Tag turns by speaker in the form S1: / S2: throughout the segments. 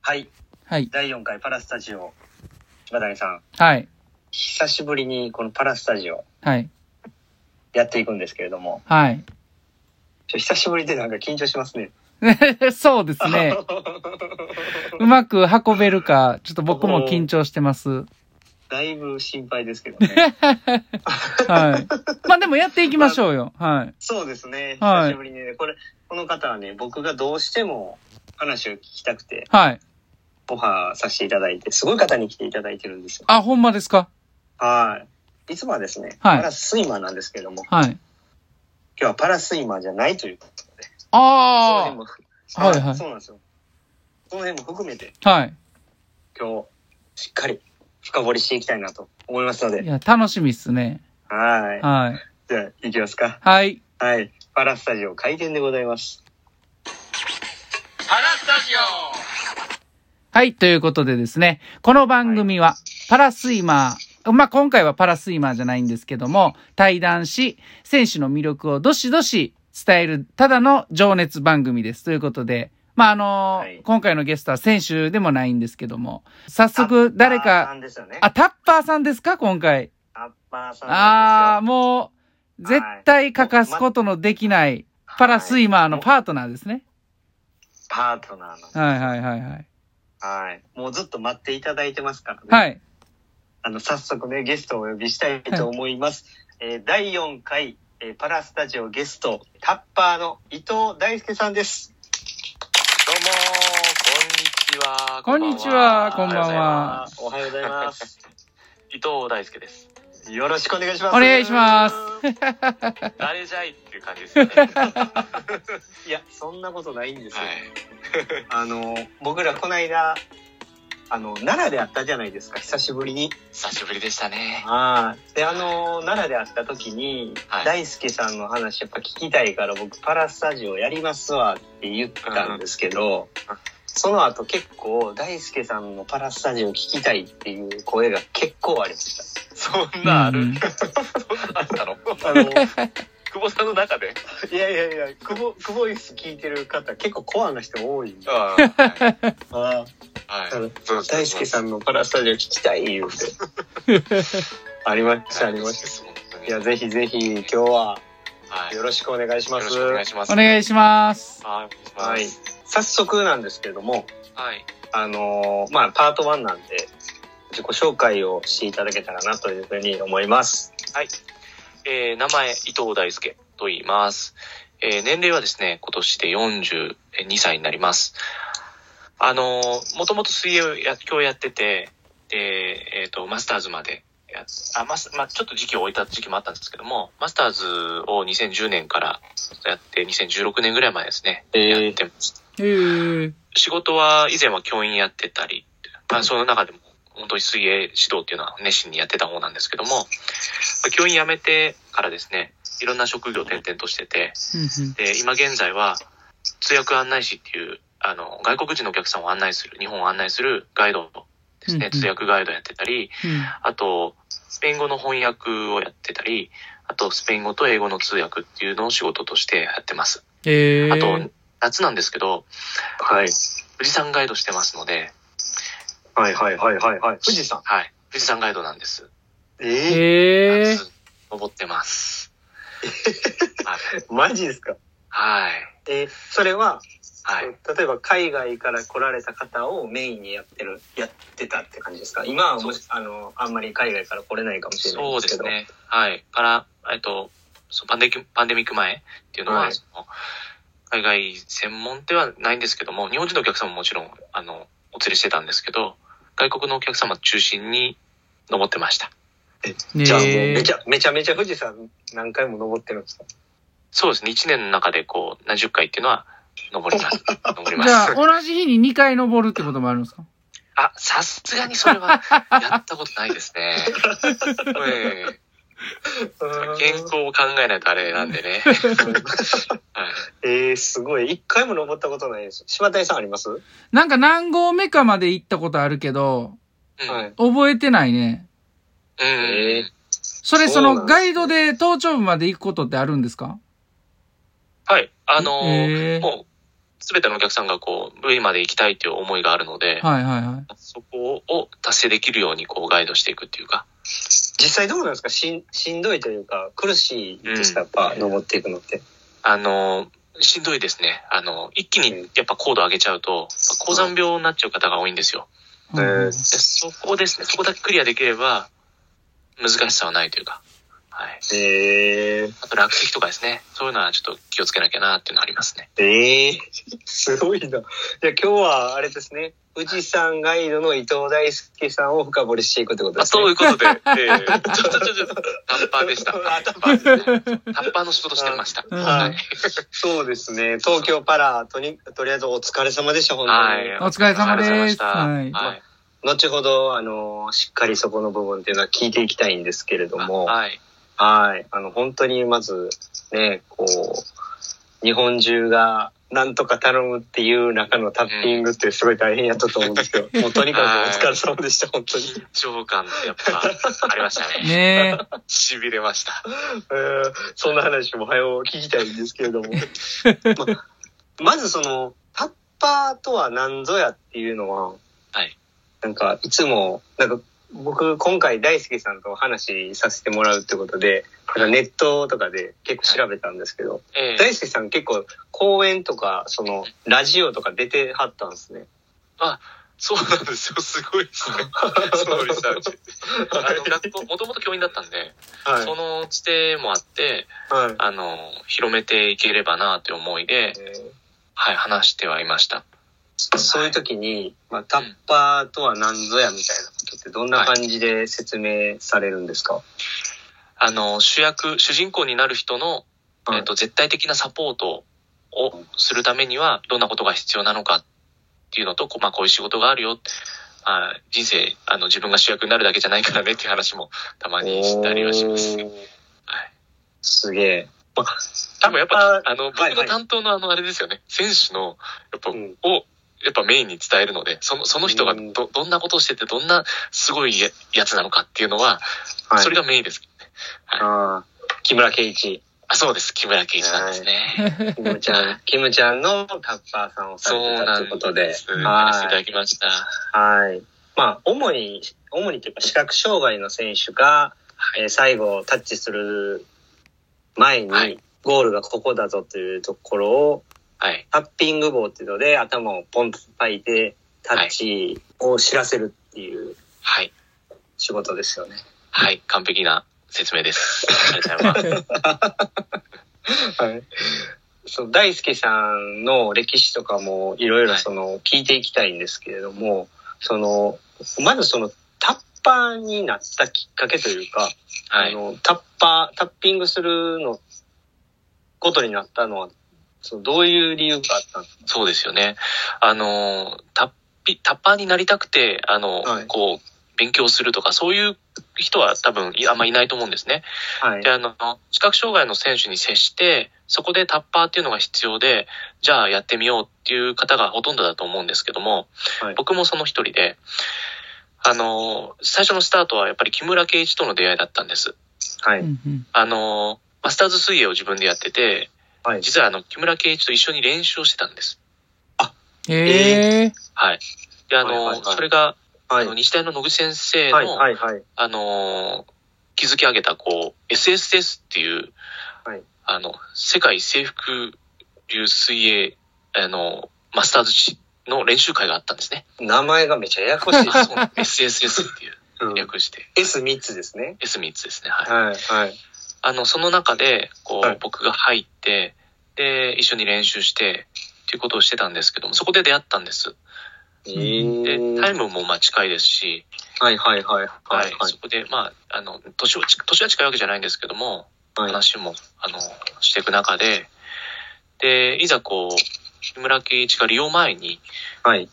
S1: はい。
S2: はい。
S1: 第4回パラスタジオ。柴谷さん、
S2: はい。
S1: 久しぶりにこのパラスタジオ
S2: はい。
S1: やっていくんですけれども、
S2: はい。
S1: ちょ久しぶりでなんか緊張しますね。
S2: そうで すね。うまく運べるか、ちょっと僕も緊張し てます。
S1: だいぶ心配ですけど ね。
S2: はい。まあでもやっていきましょうよ。はい。
S1: そうですね。
S2: はい
S1: 久しぶりにね、これ、この方はね、僕がどうしても話を聞きたくて、
S2: はい。
S1: オファーさせていただいて、すごい方に来ていただいてるんですよ。
S2: あ、ほんまですか
S1: はい。いつもはですね、
S2: はい
S1: パラスイマーなんですけれども、今
S2: はい。
S1: 日はパラスイマーじゃないということで、その辺
S2: あ
S1: も、
S2: はいはい
S1: そうなんですよ。その辺も含めて、
S2: あ。はい。
S1: 今日、しっかり深掘りしていきたいなと思いますの
S2: い
S1: で。
S2: や、楽しみっすね。
S1: はい。
S2: はい。
S1: じゃあ、いきますか。
S2: はい。
S1: はい。パラスタジオ開店でございます。パラスタジオ
S2: はい、ということでですね、この番組は、パラスイマー、まあ、今回はパラスイマーじゃないんですけども、対談し、選手の魅力をどしどし伝える、ただの情熱番組です。ということで、まあ、あのー
S1: はい
S2: 今回のゲストは選手でもないんですけども、早速、誰
S1: さ
S2: か、
S1: んですよね。
S2: あ、タッパーさんですか今回。
S1: アッパーさん
S2: あ
S1: なん
S2: あー、
S1: ですよ。
S2: もう、絶対欠かすことのできない、パラスイマーのパートナーですね。
S1: パートナーの。
S2: はいはいはいはい。
S1: はい。もうずっと待っていただいてますからね。い。
S2: はい。
S1: あの、早速ね、ゲストをお呼びしたいと思います。えー第4回、えーパラスタジオゲスト、タッパーの伊藤大輔さんです。
S3: どうもー、こんにちは。
S2: こんにちはこんばんは
S1: おはようございます。
S3: 伊藤大輔です。
S1: よろしくお願いしま
S2: お
S1: す。
S2: 願いします。
S3: 誰じゃいっていう感じですよね。はい
S1: や、そんなことないんですよ。あの、僕らこの間、あの、奈良で会ったじゃないですか、久しぶりに。
S3: い。久しぶりでしたね。
S1: はい。で、あの、奈良で会った時に、
S3: はい
S1: 大輔さんの話やっぱ聞きたいから僕パラスタジオやりますわって言ったんですけど、
S3: うん
S1: その後結構大輔さんのパラスタジオ聞きたいっていう声が結構ありました。
S3: そんなあ
S2: う
S3: る
S2: ん。
S3: そんなあったの
S1: あ の、
S3: 久保さんの中で。
S1: いやいやいや、久保、久保イス聞いてる方結構コアな人多いんで。
S3: あー
S1: あ
S3: はい
S1: あの
S3: そうです
S1: 大輔さんのパラスタジオ聞きたい 言うて。ありました、ありまし
S3: す。本当
S1: た。
S3: に
S1: いや、ぜひぜひ今日は
S3: はい
S1: よ
S3: よ
S1: ろしくお願いしま
S3: ろ
S1: す
S3: し。くお願いします。
S2: お願いします。
S3: はい。お
S1: は
S3: 願
S1: い
S3: いします。
S1: 早速なんですけれども、
S3: はい。
S1: あのーまあ、パート1なんで、自己紹介をしていただけたらなというふうに思います。
S3: えー名前、伊藤大輔と言います。えー年齢はですね、今年で42歳になります。あのー、もともと水泳をや今日やってて、で、えっ、と、マスターズまでやあ、マス、まあ、ちょっと時期を置いた時期もあったんですけども、マスターズを2010年からやって、2016年ぐらいまでですね、
S1: えー
S3: やってます。
S2: へー
S3: 仕事は以前は教員やってたり、まあ、その中でも本当に水泳指導っていうのは熱心にやってた方なんですけども、まあ教員辞めてからですね、いろんな職業を転々としてて、
S2: うんうん
S3: で、今現在は通訳案内士っていう、あの、外国人のお客さんを案内する、日本を案内するガイドです
S2: うんう
S3: ね
S2: ん、
S3: 通訳ガイドやってたり、
S2: うん
S3: あと、スペイン語の翻訳をやってたり、あと、スペイン語と英語の通訳っていうのを仕事としてやってます。
S2: えー、
S3: あと、夏なんですけど、
S1: はい。
S3: 富士山ガイドしてますので、
S1: はいはいはいはいはい。富士山。
S3: はい、富士山ガイドなんです。
S1: ええ
S2: えー、
S3: 夏、登ってます。はい
S1: マジですか
S3: はい。
S1: えーそれは、
S3: はい。
S1: 例えば海外から来られた方をメインにやってる、やってたって感じですか今はもし、あの、あんまり海外から来れないかもしれない
S3: そ
S1: ん
S3: う
S1: でけ
S3: ですす
S1: ど。
S3: ね。はい。から、えっと、そうパンデミックパンデミック前っていうのは、
S1: はい
S3: その海外専門ではないんですけども、日本人のお客様ももちろん、あの、お連れしてたんですけど、外国のお客様中心に登ってました。
S1: じゃあもう
S2: え
S1: め
S2: ー
S1: ちゃ、めちゃめちゃ富士山何回も登ってるんですか
S3: そうですね。1年の中でこう、何十回っていうのは、登ります。登りま
S2: じゃあ、
S3: す。
S2: 同じ日に2回登るってこともあるんですか
S3: あ、さすがにそれは、やったことないですね。ええ健康を考えないとあれなんでね。はい
S1: えー、すごい。一回も登ったことないです。島谷さんあります
S2: なんか何合目かまで行ったことあるけど、
S3: うん
S1: はい。
S2: 覚えてないね。
S3: うん
S1: えー
S2: それ、
S1: そ
S2: そう
S1: なん
S2: のガイドで頭頂部まで行くことってあるんですか
S3: はい。あのー
S2: えー
S3: もう、すべてのお客さんがこう、上まで行きたいという思いがあるので、
S2: はいはいはい。
S3: そこを達成できるようにこうガイドしていくっていうか、
S1: 実際どうなんですかしんしんどいというか、苦しいでした、やっぱ、登っていくのって。
S3: あの、しんどいですね。あの、一気にやっぱ高度上げちゃうと、高山病になっちゃう方が多いんですよ。
S1: えー
S3: でそこですね、そこだけクリアできれば、難しさはないというか、はい。
S1: えー、
S3: あと落石とかですね、そういうのはちょっと気をつけなきゃなっていうのはありますね。
S1: えー、すごいな。じゃあ今日は、あれですね、富士山ガイドの伊藤大輔さんを深掘りしていくってこと
S3: ま
S1: で
S3: あ、
S1: すね。
S3: そういう ことで、えー、ちょちょちょちょ、タッパーでした。
S1: あタ
S3: タッパーですね。タッパーの仕事してました。
S2: うん
S1: はい。そうですね。東京パラとに、とりあえずお疲れ様でした、本当に。
S3: はい。
S2: お疲れ様です
S3: お疲れ様した
S2: はい
S3: はい。
S1: 後ほど、あの、しっかりそこの部分っていうのは聞いていきたいんですけれども、はい。
S3: はい。
S1: あの、本当にまず、ね、こう、日本中が、なんとか頼むっていう中のタッピングってすごい大変やったと思うんですけど、もうとにかくお疲れ様でした、本当に。
S3: 緊張感ってやっぱありましたね。
S2: ね
S3: 痺れました。
S1: えーそんな話も早う聞きたいんですけれど も。ままずその、タッパーとは何ぞやっていうのは、
S3: はい。
S1: なんかいつも、なんか僕今回大輔さんとお話しさせてもらうってことで、なんかネットとかで結構調べたんですけど、
S3: ええ
S1: 大輔さん結構講演とか、そのラジオとか出てはったんですね。
S3: そうなんですよ。すごいですね。そのリサーチ。あの、学校、もともと教員だったんで、
S1: はい。
S3: そのつてもあって、
S1: はい。
S3: あの、広めていければなという思いで、
S1: えー
S3: はい、話してはいました。
S1: そういう時に、まあ、タッパーとは何ぞやみたいなことってどんな感じで説明されるんですか、
S3: あの、主役、主人公になる人の、
S1: はい
S3: えっと、絶対的なサポートをするためには、どんなことが必要なのかっていうのと、こうまあ、こういう仕事があるよ。あ人生、あの、自分が主役になるだけじゃないからねっていう話もたまにしたりはします。
S1: おー
S3: はい。
S1: すげえ。まあ、
S3: 多分やっ
S1: タ
S3: ぱ
S1: ッ、パー
S3: あの、僕
S1: はいは
S3: の
S1: い
S3: 担当のあの、あれですよね、選手の、やっぱ、
S1: うん
S3: を、やっぱメインに伝えるので、その、その人が
S1: うん
S3: ど、どんなことをしてて、どんなすごいややつなのかっていうのは、
S1: はい
S3: それがメインです。
S1: あー木村圭一。
S3: あ、そうです。木村圭一さんですね。
S1: キムち ゃん、キムちゃんのタッパーさんをさ
S3: そう
S1: れてた
S3: な
S1: とい
S3: ん
S1: うことで。
S3: すやらせていた
S1: は
S3: だきました。
S1: い。はい。まあ、主に、主にというか、視覚障害の選手が、えー最後、タッチする前に、
S3: はい
S1: ゴールがここだぞというところを、
S3: はい。
S1: タッピング棒っていうので、頭をポンと叩いて、タッチを知らせるっていう
S3: はい。
S1: 仕事ですよね。
S3: はい。完璧な説明です。ありがとうございます。
S1: はい。そう、大輔さんの歴史とかもいろいろ
S3: はい
S1: その、聞いていきたいんですけれども、その、まずその、タッパーになったきっかけというか、
S3: は
S1: あ
S3: い。
S1: の、タッパー、タッピングするの、ことになったのは、そのどういう理由があったんですか
S3: そうですよね。あの、タッピ、タッパーになりたくて、あの、
S1: はい
S3: こう、勉強するとか、そういう人は多分いあんまいないと思うんですね。
S1: はい
S3: で、。あの、視覚障害の選手に接して、そこでタッパーっていうのが必要で、じゃあやってみようっていう方がほとんどだと思うんですけども、
S1: はい
S3: 僕もその一人で、あの、最初のスタートはやっぱり木村圭一との出会いだったんです。
S1: は
S2: え。
S1: い。
S2: うんうん
S3: あの、マスターズ水泳を自分でやってて、
S1: はい。
S3: 実はあの、木村圭一と一緒に練習をしてたんです。
S2: へえ。
S3: はい。で、あの、
S1: はいはいはい
S3: それが、
S1: は
S3: あ
S1: い。
S3: の
S1: はい。
S3: 日大の野口先生の、
S1: はい。はい。
S3: あの、築き上げた、こう、SSS っていう、
S1: はい
S3: あの、世界制服流水泳、あの、マスターズの練習会があったんです ね。
S1: 名前がめちゃやや こしいです
S3: あそう SSS ってい
S1: う
S3: う、
S1: ん
S3: 略して、
S1: S3 つですね。
S3: S3 つですね。はい。
S1: はい。はい。
S3: あの、その中で、こう、
S1: はい
S3: 僕が入って、で、一緒に練習して、っていうことをしてたんですけども、そこで出会ったんです。
S1: え
S3: で、
S1: ー
S3: タイムもまあ近いですし、
S1: はいはいはい。
S3: は、
S1: はいいは
S3: そこで、まあ、あの、年は、年は近いわけじゃないんですけども、
S1: い。はい。
S3: 話も、あの、していく中で、で、いざこう、木村圭一が利用前に、
S1: はい。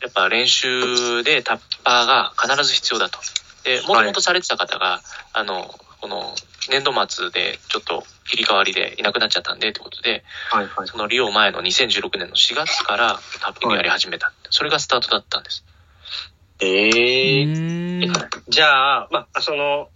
S3: やっぱ練習でタッパーが必ず必要だと。で、もともとされてた方が、あの、この年度末でちょっと切り替わりでいなくなっちゃったんで、ということで、
S1: はいはい。
S3: その利用前の2016年の4月からタッピングやり始めた。それがスタートだったんです。
S1: ええ
S2: うん
S1: じゃあ、まあ、その、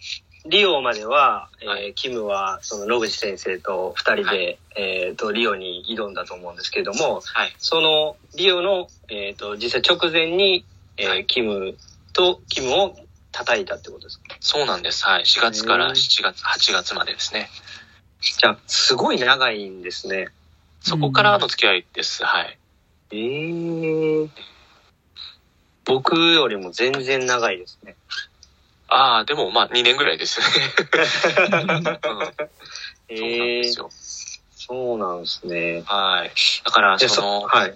S1: リオまでは、えー
S3: はい
S1: キムは、その、野口先生と二人で、
S3: は
S1: えっ、と、リオに挑んだと思うんですけれども、
S3: はい。
S1: その、リオの、えっ、と、実際直前に、えー
S3: はい
S1: キムと、キムを叩いたってことですか
S3: そうなんです。はい。4月か
S1: へ
S3: ら
S1: ー
S3: 7月、8月までですね。
S1: じゃあ、すごい長いんですね。
S3: そこからの付き合いです。はい。
S1: えー、僕よりも全然長いですね。
S3: ああ、でもまあ2年ぐらいですね。うん
S1: え
S3: そうなんですよ。
S1: そうなんですね。
S3: はい。だから、
S1: で
S3: その、
S1: はい。
S3: んん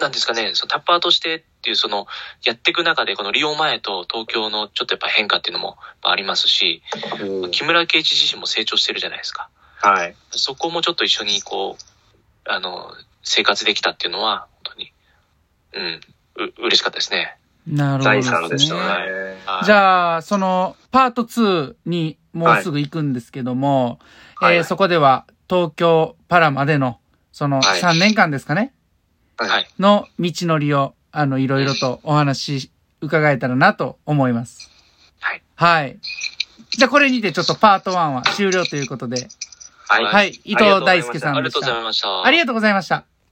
S3: なんですかね、そのタッパーとしてっていう、その、やっていく中で、このリオ前と東京のちょっとやっぱ変化っていうのもまあありますし、
S1: うん
S3: 木村圭一自身も成長してるじゃないですか。
S1: はい。
S3: そこもちょっと一緒に、こう、あの、生活できたっていうのは、本当に、うん、う、嬉しかったですね。
S2: なるほど、
S1: 財産でしたね。
S3: はい
S2: じゃあ、その、パート2にもうすぐ行くんですけども、
S1: はい
S2: えーそこでは東京パラまでの、その
S3: はい
S2: 3年間ですかね、
S3: はい。
S2: の道のりを、あの、いろいろとお話伺えたらなと思います。
S3: はい。
S2: はい。じゃあ、これにてちょっとパート1は終了ということで、
S3: はい
S2: はい、伊藤大輔さ
S1: あ
S3: あ
S2: んで
S3: りがと
S2: し
S3: うござ
S2: た。
S3: いました。
S2: ありがとうございました。